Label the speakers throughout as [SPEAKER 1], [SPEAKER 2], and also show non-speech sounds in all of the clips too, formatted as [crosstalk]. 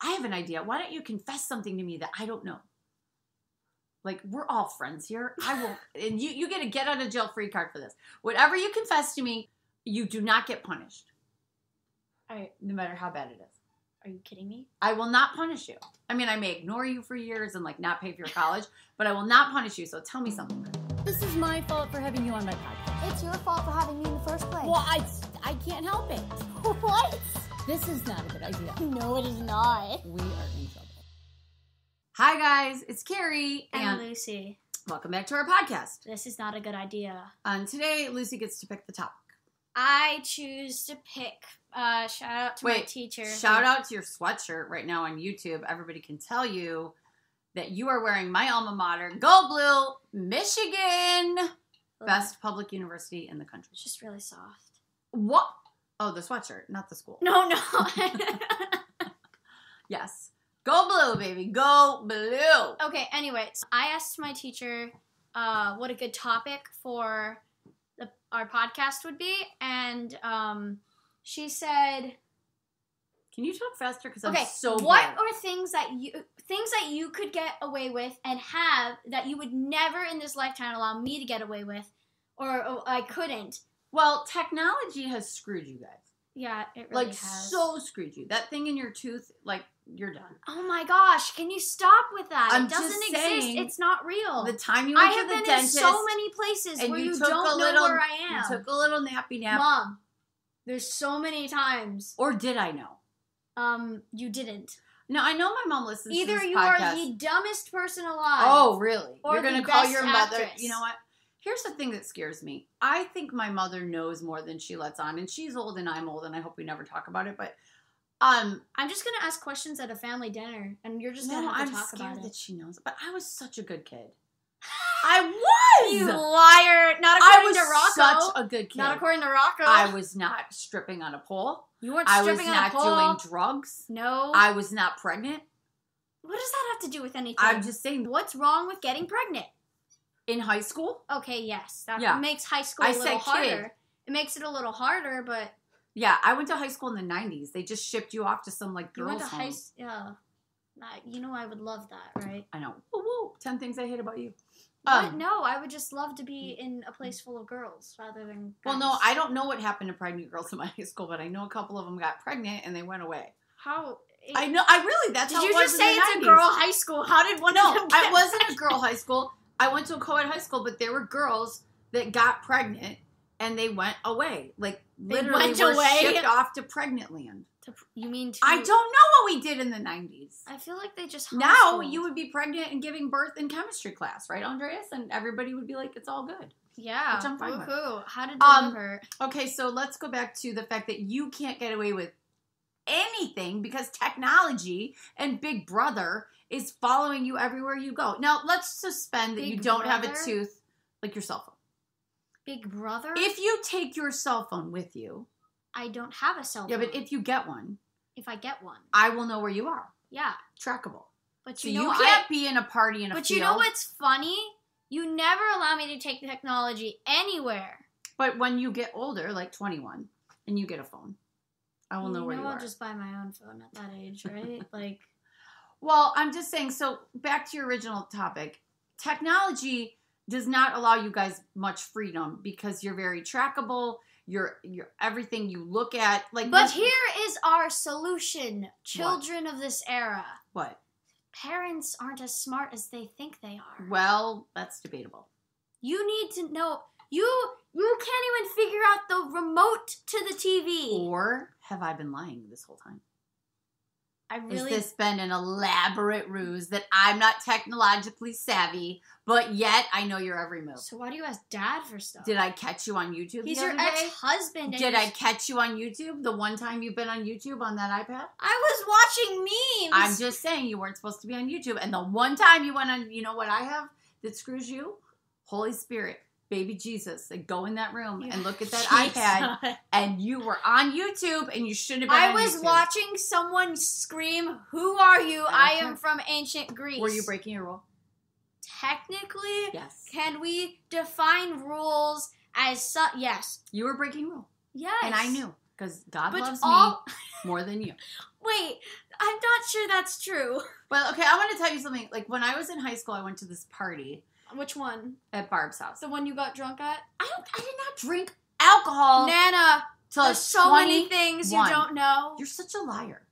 [SPEAKER 1] I have an idea. Why don't you confess something to me that I don't know? Like we're all friends here. I [laughs] will, and you you get a get out of jail free card for this. Whatever you confess to me, you do not get punished,
[SPEAKER 2] Are,
[SPEAKER 1] no matter how bad it is.
[SPEAKER 2] are you kidding me?
[SPEAKER 1] I will not punish you. I mean, I may ignore you for years and like not pay for your college, but I will not punish you. So tell me something.
[SPEAKER 3] This is my fault for having you on my podcast.
[SPEAKER 4] It's your fault for having me in the first place.
[SPEAKER 3] Well, I, I can't help it.
[SPEAKER 4] [laughs] What?
[SPEAKER 3] This is not a good idea.
[SPEAKER 4] No, it is not.
[SPEAKER 3] We are in trouble.
[SPEAKER 1] Hi guys, it's Carrie,
[SPEAKER 2] And
[SPEAKER 1] and
[SPEAKER 2] Lucy,
[SPEAKER 1] welcome back to our podcast.
[SPEAKER 2] this is not a good idea.
[SPEAKER 1] And today, Lucy gets to pick the topic.
[SPEAKER 2] I choose to pick. Uh, shout out to my
[SPEAKER 1] Wait,
[SPEAKER 2] teacher.
[SPEAKER 1] Shout out to your sweatshirt right now on YouTube. Everybody can tell you that you are wearing my alma mater, Go Blue, Michigan,
[SPEAKER 2] Ugh,
[SPEAKER 1] best public university in the country.
[SPEAKER 2] It's just really soft. [laughs]
[SPEAKER 1] What? Oh, the sweatshirt, not the school.
[SPEAKER 2] No, [laughs] no.
[SPEAKER 1] Yes. Go blue, baby. Go blue.
[SPEAKER 2] okay. Anyways, I asked my teacher uh, what a good topic for the, our podcast would be, and um, she said.
[SPEAKER 1] Can you talk faster? Because I'm
[SPEAKER 2] Okay,
[SPEAKER 1] so
[SPEAKER 2] what
[SPEAKER 1] bored.
[SPEAKER 2] are things that you things that you could get away with and have that you would never in this lifetime allow me to get away with, or, or I couldn't?
[SPEAKER 1] Well, technology has screwed you guys.
[SPEAKER 2] Yeah, it
[SPEAKER 1] like
[SPEAKER 2] really has.
[SPEAKER 1] so screwed you. That thing in your tooth, like you're done.
[SPEAKER 2] Oh my gosh! Can you stop with that?
[SPEAKER 1] I'm
[SPEAKER 2] it doesn't
[SPEAKER 1] just
[SPEAKER 2] exist.
[SPEAKER 1] saying,
[SPEAKER 2] it's not real.
[SPEAKER 1] The time you
[SPEAKER 2] Oh.
[SPEAKER 1] went
[SPEAKER 2] I
[SPEAKER 1] to
[SPEAKER 2] have
[SPEAKER 1] the
[SPEAKER 2] been
[SPEAKER 1] dentist,
[SPEAKER 2] in so many places
[SPEAKER 1] and
[SPEAKER 2] where
[SPEAKER 1] you
[SPEAKER 2] you,
[SPEAKER 1] took
[SPEAKER 2] don't
[SPEAKER 1] a
[SPEAKER 2] know
[SPEAKER 1] little-
[SPEAKER 2] where I
[SPEAKER 1] you
[SPEAKER 2] am.
[SPEAKER 1] took a little nappy nap.
[SPEAKER 2] Mom, there's so many times
[SPEAKER 1] Or did I know?
[SPEAKER 2] um you didn't.
[SPEAKER 1] No, I know my mom listens to
[SPEAKER 2] Either
[SPEAKER 1] this
[SPEAKER 2] you
[SPEAKER 1] podcast.
[SPEAKER 2] are the dumbest person alive.
[SPEAKER 1] Oh, really?
[SPEAKER 2] or
[SPEAKER 1] You're going
[SPEAKER 2] the
[SPEAKER 1] to call
[SPEAKER 2] best
[SPEAKER 1] your mother.
[SPEAKER 2] actress.
[SPEAKER 1] You know what? Here's the thing that scares me. I think my mother knows more than she lets on, and she's old and I'm old, and I hope we never talk about it. But um,
[SPEAKER 2] I'm just gonna ask questions at a family dinner, and you're just
[SPEAKER 1] no,
[SPEAKER 2] gonna have
[SPEAKER 1] I'm
[SPEAKER 2] to talk
[SPEAKER 1] scared
[SPEAKER 2] about it.
[SPEAKER 1] that she knows. But I was such a good kid. I was.
[SPEAKER 2] You liar! Not
[SPEAKER 1] I
[SPEAKER 2] according
[SPEAKER 1] was
[SPEAKER 2] to Rocco.
[SPEAKER 1] such a good kid.
[SPEAKER 2] Not according to Rocco.
[SPEAKER 1] I was not stripping on a pole.
[SPEAKER 2] you weren't
[SPEAKER 1] I was
[SPEAKER 2] stripping on a
[SPEAKER 1] not
[SPEAKER 2] pole.
[SPEAKER 1] doing drugs.
[SPEAKER 2] no.
[SPEAKER 1] I was not pregnant.
[SPEAKER 2] what does that have to do with anything?
[SPEAKER 1] I'm just saying.
[SPEAKER 2] What's wrong with getting pregnant?
[SPEAKER 1] In high school,
[SPEAKER 2] Okay, yes, that
[SPEAKER 1] Yeah.
[SPEAKER 2] makes high school
[SPEAKER 1] I
[SPEAKER 2] a little
[SPEAKER 1] said
[SPEAKER 2] harder.
[SPEAKER 1] kid.
[SPEAKER 2] It makes it a little harder, but
[SPEAKER 1] yeah, I went to high school in the '90s. They just shipped you off to some like
[SPEAKER 2] you
[SPEAKER 1] girls'
[SPEAKER 2] went to high.
[SPEAKER 1] home.
[SPEAKER 2] s- Yeah, Nah, you know I would love that, right?
[SPEAKER 1] I know. Woo woo. Ten things I hate about you.
[SPEAKER 2] But
[SPEAKER 1] Um,
[SPEAKER 2] no, I would just love to be in a place full of girls rather than.
[SPEAKER 1] Well,
[SPEAKER 2] guys.
[SPEAKER 1] no, I don't know what happened to pregnant girls in my [laughs] high school, but I know a couple of them got pregnant and they went away.
[SPEAKER 2] How?
[SPEAKER 1] I know. I really. That's
[SPEAKER 2] Did
[SPEAKER 1] how
[SPEAKER 2] you
[SPEAKER 1] it was
[SPEAKER 2] just
[SPEAKER 1] in
[SPEAKER 2] say
[SPEAKER 1] the
[SPEAKER 2] it's a
[SPEAKER 1] 90s.
[SPEAKER 2] girl high school? How did one of [laughs]
[SPEAKER 1] No,
[SPEAKER 2] them?
[SPEAKER 1] I
[SPEAKER 2] get-
[SPEAKER 1] wasn't a girl high school. I went to a co-ed high school, but there were girls that got pregnant and they went away. Like literally
[SPEAKER 2] went
[SPEAKER 1] were
[SPEAKER 2] away?
[SPEAKER 1] shipped off to pregnant land.
[SPEAKER 2] To- You mean to,
[SPEAKER 1] I don't know what we did in the nineties.
[SPEAKER 2] I feel like they just
[SPEAKER 1] Now
[SPEAKER 2] homeschooled.
[SPEAKER 1] you would be pregnant and giving birth in chemistry class, right, Andreas? And everybody would be like, "It's all good."
[SPEAKER 2] yeah
[SPEAKER 1] which I'm fine with.
[SPEAKER 2] woohoo. how to
[SPEAKER 1] Um,
[SPEAKER 2] deliver
[SPEAKER 1] Okay, so let's go back to the fact that you can't get away with anything because technology and Big Brother is following you everywhere you go. Now, let's suspend that you
[SPEAKER 2] Big
[SPEAKER 1] don't have
[SPEAKER 2] Brother?
[SPEAKER 1] a tooth like your cell phone.
[SPEAKER 2] Big Brother.
[SPEAKER 1] If you take your cell phone with you,
[SPEAKER 2] I don't have a cell phone,
[SPEAKER 1] yeah, but if you get one,
[SPEAKER 2] if I get one,
[SPEAKER 1] I will know where you are,
[SPEAKER 2] yeah,
[SPEAKER 1] trackable.
[SPEAKER 2] but
[SPEAKER 1] So
[SPEAKER 2] you
[SPEAKER 1] you,
[SPEAKER 2] know I,
[SPEAKER 1] can't be in a party in a
[SPEAKER 2] but
[SPEAKER 1] field.
[SPEAKER 2] you know what's funny? You never allow me to take the technology anywhere.
[SPEAKER 1] But when you get older, like 21, and you get a phone, I will know
[SPEAKER 2] you
[SPEAKER 1] where
[SPEAKER 2] know
[SPEAKER 1] you
[SPEAKER 2] I'll
[SPEAKER 1] are.
[SPEAKER 2] just buy my own phone at that
[SPEAKER 1] [laughs]
[SPEAKER 2] age, right? like
[SPEAKER 1] Well, I'm just saying. So back to your original topic, technology does not allow you guys much freedom because you're very trackable. You're, you're everything you look at, like.
[SPEAKER 2] But
[SPEAKER 1] what-
[SPEAKER 2] here is our solution, children of this era.
[SPEAKER 1] what?
[SPEAKER 2] Parents aren't as smart as they think they are.
[SPEAKER 1] Well, that's debatable.
[SPEAKER 2] You need to know you you can't even figure out the remote to the TV.
[SPEAKER 1] Or have I been lying this whole time?
[SPEAKER 2] I really
[SPEAKER 1] Has this been an elaborate ruse that I'm not technologically savvy, but yet I know your every move?
[SPEAKER 2] So why do you ask dad for stuff?
[SPEAKER 1] Did I catch you on YouTube?
[SPEAKER 2] He's
[SPEAKER 1] the
[SPEAKER 2] your
[SPEAKER 1] other day?
[SPEAKER 2] ex-husband. and
[SPEAKER 1] Did
[SPEAKER 2] he's-
[SPEAKER 1] I catch you on YouTube the one time you've been on YouTube on that iPad?
[SPEAKER 2] I was watching memes.
[SPEAKER 1] I'm just saying you weren't supposed to be on YouTube. And the one time you went on, you know what I have that screws you? Holy Spirit, baby Jesus, and go in that room and look at that iPad.
[SPEAKER 2] [laughs] Jesus.
[SPEAKER 1] And you were on YouTube, and you shouldn't have been.
[SPEAKER 2] I
[SPEAKER 1] on
[SPEAKER 2] was
[SPEAKER 1] YouTube.
[SPEAKER 2] watching someone scream, "Who are you? I am
[SPEAKER 1] Okay.
[SPEAKER 2] from ancient Greece."
[SPEAKER 1] Were you breaking your rule?
[SPEAKER 2] Technically,
[SPEAKER 1] Yes,
[SPEAKER 2] can we define rules as su- yes,
[SPEAKER 1] you were breaking rule,
[SPEAKER 2] yes?
[SPEAKER 1] and I knew because God
[SPEAKER 2] But
[SPEAKER 1] loves
[SPEAKER 2] all
[SPEAKER 1] me more than you.
[SPEAKER 2] Wait, I'm not sure that's true.
[SPEAKER 1] But okay, I want to tell you something. Like when I was in high school, I went to this party
[SPEAKER 2] Which one?
[SPEAKER 1] at Barb's house.
[SPEAKER 2] The one you got drunk at?
[SPEAKER 1] I don't. I did not drink alcohol
[SPEAKER 2] Nana,
[SPEAKER 1] till I
[SPEAKER 2] there's
[SPEAKER 1] was
[SPEAKER 2] so many
[SPEAKER 1] 20.
[SPEAKER 2] things you
[SPEAKER 1] 21.
[SPEAKER 2] don't know.
[SPEAKER 1] You're such a liar.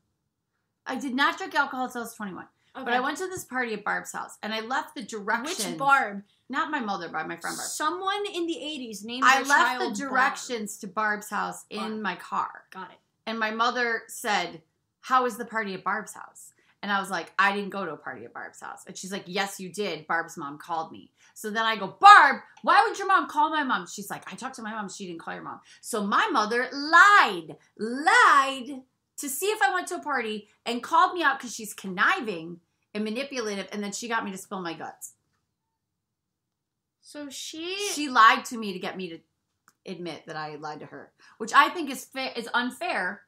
[SPEAKER 1] I did not drink alcohol till I was 21. But I went to this party at Barb's house, and I left the directions.
[SPEAKER 2] Which Barb?
[SPEAKER 1] Not my mother, but my friend Barb.
[SPEAKER 2] Someone in the 80s named
[SPEAKER 1] I
[SPEAKER 2] their
[SPEAKER 1] left
[SPEAKER 2] child
[SPEAKER 1] the
[SPEAKER 2] Barb.
[SPEAKER 1] directions to Barb's house in
[SPEAKER 2] Barb.
[SPEAKER 1] my car.
[SPEAKER 2] Got it.
[SPEAKER 1] And my mother said, How was the party at Barb's house? And I was like, I didn't go to a party at Barb's house. And she's like, Yes, you did. Barb's mom called me. So then I go, Barb, why would your mom call my mom? She's like, I talked to my mom. She didn't call your mom. So my mother lied, lied to see if I went to a party and called me out because she's conniving and manipulative. And then she got me to spill my guts.
[SPEAKER 2] So she,
[SPEAKER 1] She lied to me to get me to admit that I lied to her, which I think is fair, is unfair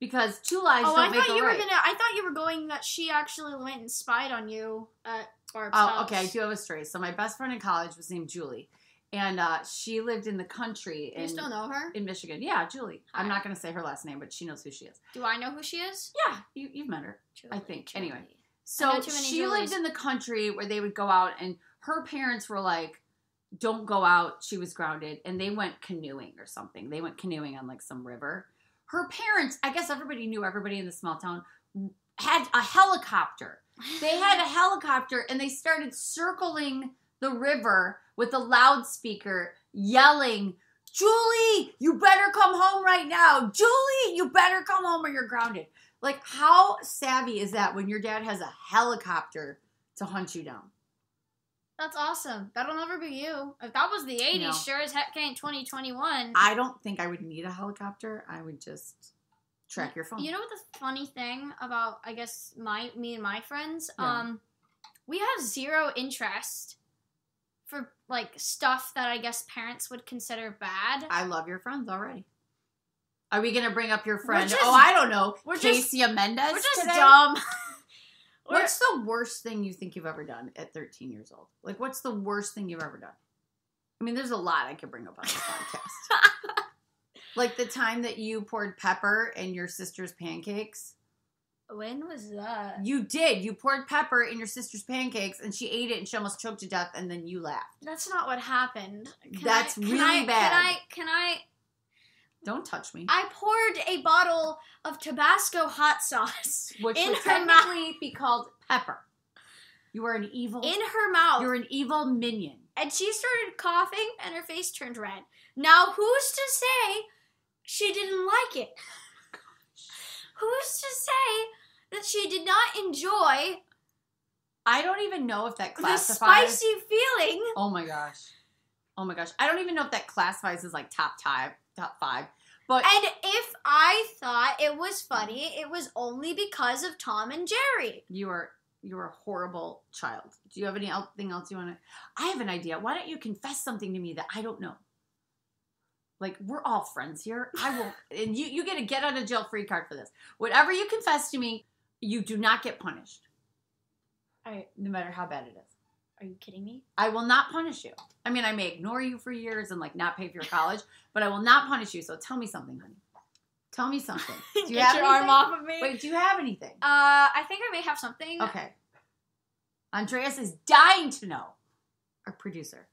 [SPEAKER 1] because two lies
[SPEAKER 2] Oh,
[SPEAKER 1] don't
[SPEAKER 2] I
[SPEAKER 1] make
[SPEAKER 2] thought
[SPEAKER 1] a
[SPEAKER 2] you
[SPEAKER 1] right.
[SPEAKER 2] were gonna. I thought you were going that she actually went and spied on you at Barb's
[SPEAKER 1] Oh,
[SPEAKER 2] house.
[SPEAKER 1] okay. I do have a story. So my best friend in college was named Julie, and uh, she lived in the country
[SPEAKER 2] You
[SPEAKER 1] in,
[SPEAKER 2] still know her?
[SPEAKER 1] in Michigan. Yeah, Julie. I'm
[SPEAKER 2] Hi.
[SPEAKER 1] not going to say her last name, but she knows who she is.
[SPEAKER 2] Do I know who she is?
[SPEAKER 1] Yeah, you, you've met her. I think. Anyway. So
[SPEAKER 2] know too many
[SPEAKER 1] she lived
[SPEAKER 2] Julies.
[SPEAKER 1] in the country where they would go out, and her parents were like, "Don't go out." She was grounded, and they went canoeing or something. They went canoeing on like some river. Her parents, I guess everybody knew everybody in the small town, had a helicopter [laughs] they had a helicopter and they started circling the river with a loudspeaker yelling julie you better come home right now julie you better come home or you're grounded like how savvy is that when your dad has a helicopter to hunt you down
[SPEAKER 2] That's awesome. That'll never be you. If that was the 80s,
[SPEAKER 1] No.
[SPEAKER 2] sure as heck ain't 2021.
[SPEAKER 1] i don't think i would need a helicopter i would just track your phone
[SPEAKER 2] You know what the funny thing about I guess my me and my friends,
[SPEAKER 1] Yeah.
[SPEAKER 2] um, we have zero interest for like stuff that I guess parents would consider bad.
[SPEAKER 1] i love your friends already are we gonna bring up your friend
[SPEAKER 2] just-
[SPEAKER 1] oh i don't know
[SPEAKER 2] we're just-
[SPEAKER 1] casey mendez
[SPEAKER 2] We're just
[SPEAKER 1] today?
[SPEAKER 2] dumb.
[SPEAKER 1] [laughs]
[SPEAKER 2] We're-
[SPEAKER 1] What's the worst thing you think you've ever done at 13 years old? Like, what's the worst thing you've ever done? I mean, there's a lot I could bring up on this podcast.
[SPEAKER 2] [laughs]
[SPEAKER 1] like the time that you poured pepper in your sister's pancakes.
[SPEAKER 2] when was that?
[SPEAKER 1] You did. You poured pepper in your sister's pancakes and she ate it and she almost choked to death and then you laughed.
[SPEAKER 2] That's not what happened. Can
[SPEAKER 1] That's
[SPEAKER 2] I, can
[SPEAKER 1] really
[SPEAKER 2] I,
[SPEAKER 1] bad.
[SPEAKER 2] Can I? Can I?
[SPEAKER 1] Don't touch me.
[SPEAKER 2] I poured a bottle of Tabasco hot
[SPEAKER 1] [laughs]
[SPEAKER 2] sauce
[SPEAKER 1] Which
[SPEAKER 2] in
[SPEAKER 1] would
[SPEAKER 2] her mouth.
[SPEAKER 1] technically be called pepper. You are an evil.
[SPEAKER 2] In her mouth.
[SPEAKER 1] you're an evil minion.
[SPEAKER 2] and she started coughing and her face turned red. Now, who's to say she didn't
[SPEAKER 1] [laughs]
[SPEAKER 2] like it? Who's to say that she did not enjoy
[SPEAKER 1] I don't even know if that
[SPEAKER 2] the
[SPEAKER 1] classifies.
[SPEAKER 2] spicy feeling?
[SPEAKER 1] Oh my gosh. Oh my gosh. I don't even know if that classifies as like top five, top five. But
[SPEAKER 2] And if I thought it was funny, it was only because of Tom and
[SPEAKER 1] [laughs]
[SPEAKER 2] Jerry.
[SPEAKER 1] you are you are a horrible child. Do you have anything else you want to? I have an idea. Why don't you confess something to me that I don't know? Like we're all friends here. I
[SPEAKER 2] [laughs]
[SPEAKER 1] will, and you you get a get out of jail free card for this. Whatever you confess to me, you do not get punished.
[SPEAKER 2] All right.
[SPEAKER 1] No matter how bad it is.
[SPEAKER 2] Are you kidding me?
[SPEAKER 1] I will not punish you. I mean, I may ignore you for years and like not pay for your
[SPEAKER 2] [laughs]
[SPEAKER 1] college, but I will not punish you. So tell me something, honey. Tell me something. Do you
[SPEAKER 2] Get
[SPEAKER 1] have
[SPEAKER 2] your
[SPEAKER 1] anything?
[SPEAKER 2] arm off of me.
[SPEAKER 1] Wait, do you have anything?
[SPEAKER 2] Uh, I think I may have something.
[SPEAKER 1] Okay. Andreas is dying to know. Our producer.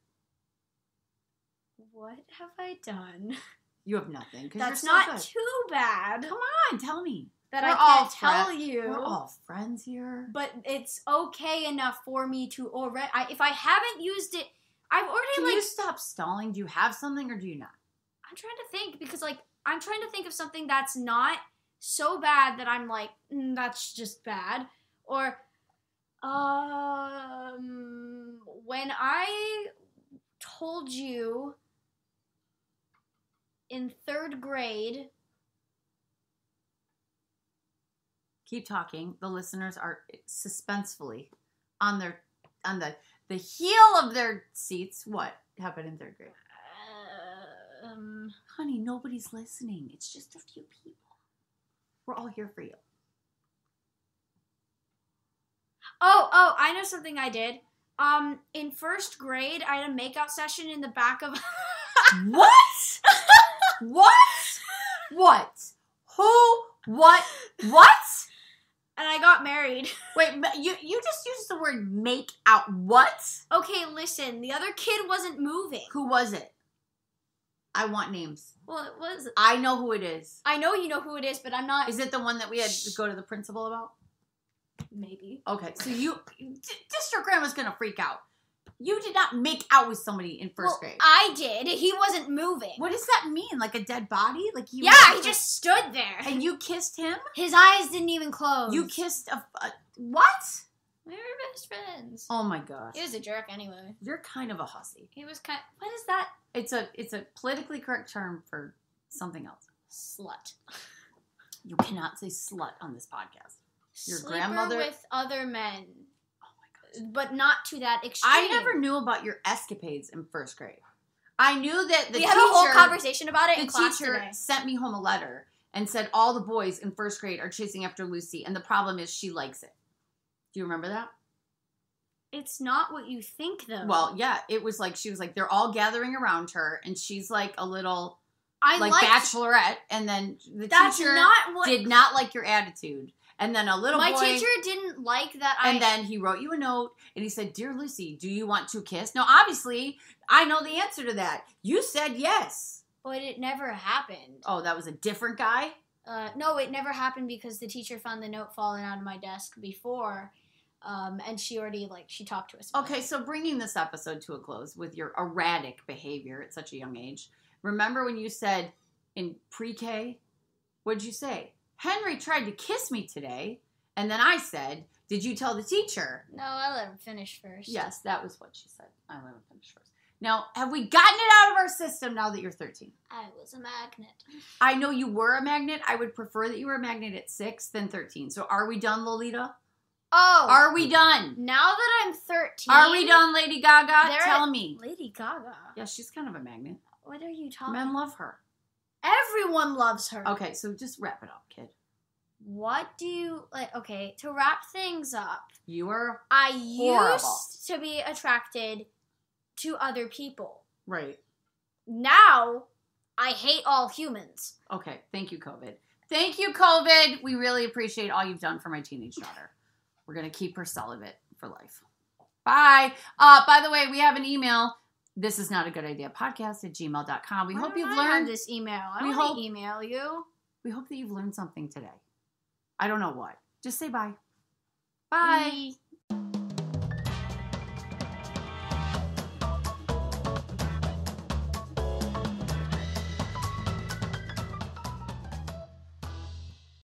[SPEAKER 2] What have I done?
[SPEAKER 1] You have nothing. 'cause
[SPEAKER 2] That's
[SPEAKER 1] you're so
[SPEAKER 2] not
[SPEAKER 1] good.
[SPEAKER 2] too bad
[SPEAKER 1] Come on, tell me.
[SPEAKER 2] that
[SPEAKER 1] We're
[SPEAKER 2] I
[SPEAKER 1] all
[SPEAKER 2] can't tell
[SPEAKER 1] fri-
[SPEAKER 2] you.
[SPEAKER 1] We're all friends here.
[SPEAKER 2] but it's okay enough for me to already. I, if I haven't used it, I've already
[SPEAKER 1] Can
[SPEAKER 2] like.
[SPEAKER 1] you stop stalling? Do you have something or do you not?
[SPEAKER 2] I'm trying to think because like I'm trying to think of something that's not so bad that I'm like "Mm, that's just bad or um when I told you in third grade
[SPEAKER 1] keep talking. The listeners are suspensefully on their on the the heel of their seats. What happened in third grade?
[SPEAKER 2] um,
[SPEAKER 1] Honey, nobody's listening. It's just a few people. We're all here for you.
[SPEAKER 2] Oh, oh, I know something I did. Um, in first grade, I had a makeout session in the back of. [laughs]
[SPEAKER 1] what? what? What? Who What? What?
[SPEAKER 2] and I got married. [laughs]
[SPEAKER 1] Wait, ma- you you just used the word make out. What?
[SPEAKER 2] Okay, listen, the other kid wasn't moving.
[SPEAKER 1] Who was it? I want names.
[SPEAKER 2] Well, it was.
[SPEAKER 1] I know who it is.
[SPEAKER 2] I know you know who it is, but I'm not.
[SPEAKER 1] Is it the one that we had to go to the principal about?
[SPEAKER 2] Maybe.
[SPEAKER 1] Okay, so you just your grandma's gonna freak out. You did not make out with somebody in first
[SPEAKER 2] Well,
[SPEAKER 1] grade.
[SPEAKER 2] I did. He wasn't moving.
[SPEAKER 1] what does that mean? Like a dead body? Like he?
[SPEAKER 2] yeah, he just stood there.
[SPEAKER 1] and you kissed him.
[SPEAKER 2] His eyes didn't even close.
[SPEAKER 1] You kissed a, a what?
[SPEAKER 2] We were best friends.
[SPEAKER 1] Oh my gosh,
[SPEAKER 2] He was a jerk anyway.
[SPEAKER 1] you're kind of a hussy.
[SPEAKER 2] He was kind. What is that?
[SPEAKER 1] It's a it's a politically correct term for something else.
[SPEAKER 2] Slut.
[SPEAKER 1] [laughs] You cannot say slut on this podcast. Your
[SPEAKER 2] Sleeper
[SPEAKER 1] grandmother- Oh
[SPEAKER 2] with other men. But not to that extreme.
[SPEAKER 1] I never knew about your escapades in first grade. I knew that the
[SPEAKER 2] we
[SPEAKER 1] teacher,
[SPEAKER 2] had a whole conversation about it
[SPEAKER 1] the
[SPEAKER 2] in class
[SPEAKER 1] teacher
[SPEAKER 2] today.
[SPEAKER 1] sent me home a letter and said all the boys in first grade are chasing after Lucy, and the problem is she likes it. Do you remember that?
[SPEAKER 2] It's not what you think, though.
[SPEAKER 1] Well, yeah, it was like she was like they're all gathering around her, and she's like a little
[SPEAKER 2] I
[SPEAKER 1] like
[SPEAKER 2] liked-
[SPEAKER 1] bachelorette, and then the
[SPEAKER 2] That's
[SPEAKER 1] teacher
[SPEAKER 2] not what
[SPEAKER 1] did not like your attitude, and then a little
[SPEAKER 2] my
[SPEAKER 1] boy.
[SPEAKER 2] teacher didn't like that. I
[SPEAKER 1] and then he wrote you a note and he said, Dear Lucy, do you want to kiss? Now, obviously, I know the answer to that. You said yes.
[SPEAKER 2] but it never happened.
[SPEAKER 1] Oh, that was a different guy?
[SPEAKER 2] Uh, no, it never happened because the teacher found the note falling out of my desk before, um, and she already like she talked to us. about
[SPEAKER 1] Okay,
[SPEAKER 2] it.
[SPEAKER 1] so bringing this episode to a close with your erratic behavior at such a young age, remember when you said in pre K, what'd you say? Henry tried to kiss me today. And then I said, Did you tell the teacher?
[SPEAKER 2] No, I let him finish first.
[SPEAKER 1] Yes, that was what she said. I let him finish first. Now, have we gotten it out of our system now that you're 13?
[SPEAKER 2] I was a magnet.
[SPEAKER 1] I know you were a magnet. I would prefer that you were a magnet at six than 13. So are we done, Lolita?
[SPEAKER 2] Oh,
[SPEAKER 1] Are we done?
[SPEAKER 2] now that I'm thirteen,
[SPEAKER 1] Are we done, Lady Gaga?
[SPEAKER 2] There-
[SPEAKER 1] Tell me.
[SPEAKER 2] Lady Gaga,
[SPEAKER 1] Yeah, she's kind of a magnet.
[SPEAKER 2] what are you talking?
[SPEAKER 1] Men love her.
[SPEAKER 2] Everyone loves her.
[SPEAKER 1] Okay, so just wrap it up, kid.
[SPEAKER 2] What do you like? Okay, to wrap things up,
[SPEAKER 1] You are
[SPEAKER 2] I
[SPEAKER 1] Horrible.
[SPEAKER 2] used to be attracted to other people.
[SPEAKER 1] right.
[SPEAKER 2] Now, I hate all humans.
[SPEAKER 1] Okay, thank you, COVID. Thank you, COVID. We really appreciate all you've done for my teenage daughter. We're gonna keep her celibate for life. Bye. Uh, by the way, we have an email. This is not a good idea podcast at gmail.com. We
[SPEAKER 2] Why
[SPEAKER 1] hope
[SPEAKER 2] don't
[SPEAKER 1] you've
[SPEAKER 2] I have
[SPEAKER 1] learned
[SPEAKER 2] this email. I
[SPEAKER 1] We
[SPEAKER 2] want
[SPEAKER 1] hope-
[SPEAKER 2] to email you.
[SPEAKER 1] We
[SPEAKER 2] Mm-hmm.
[SPEAKER 1] hope that you've learned something today. I don't know what. Just say bye. Bye.
[SPEAKER 2] Bye.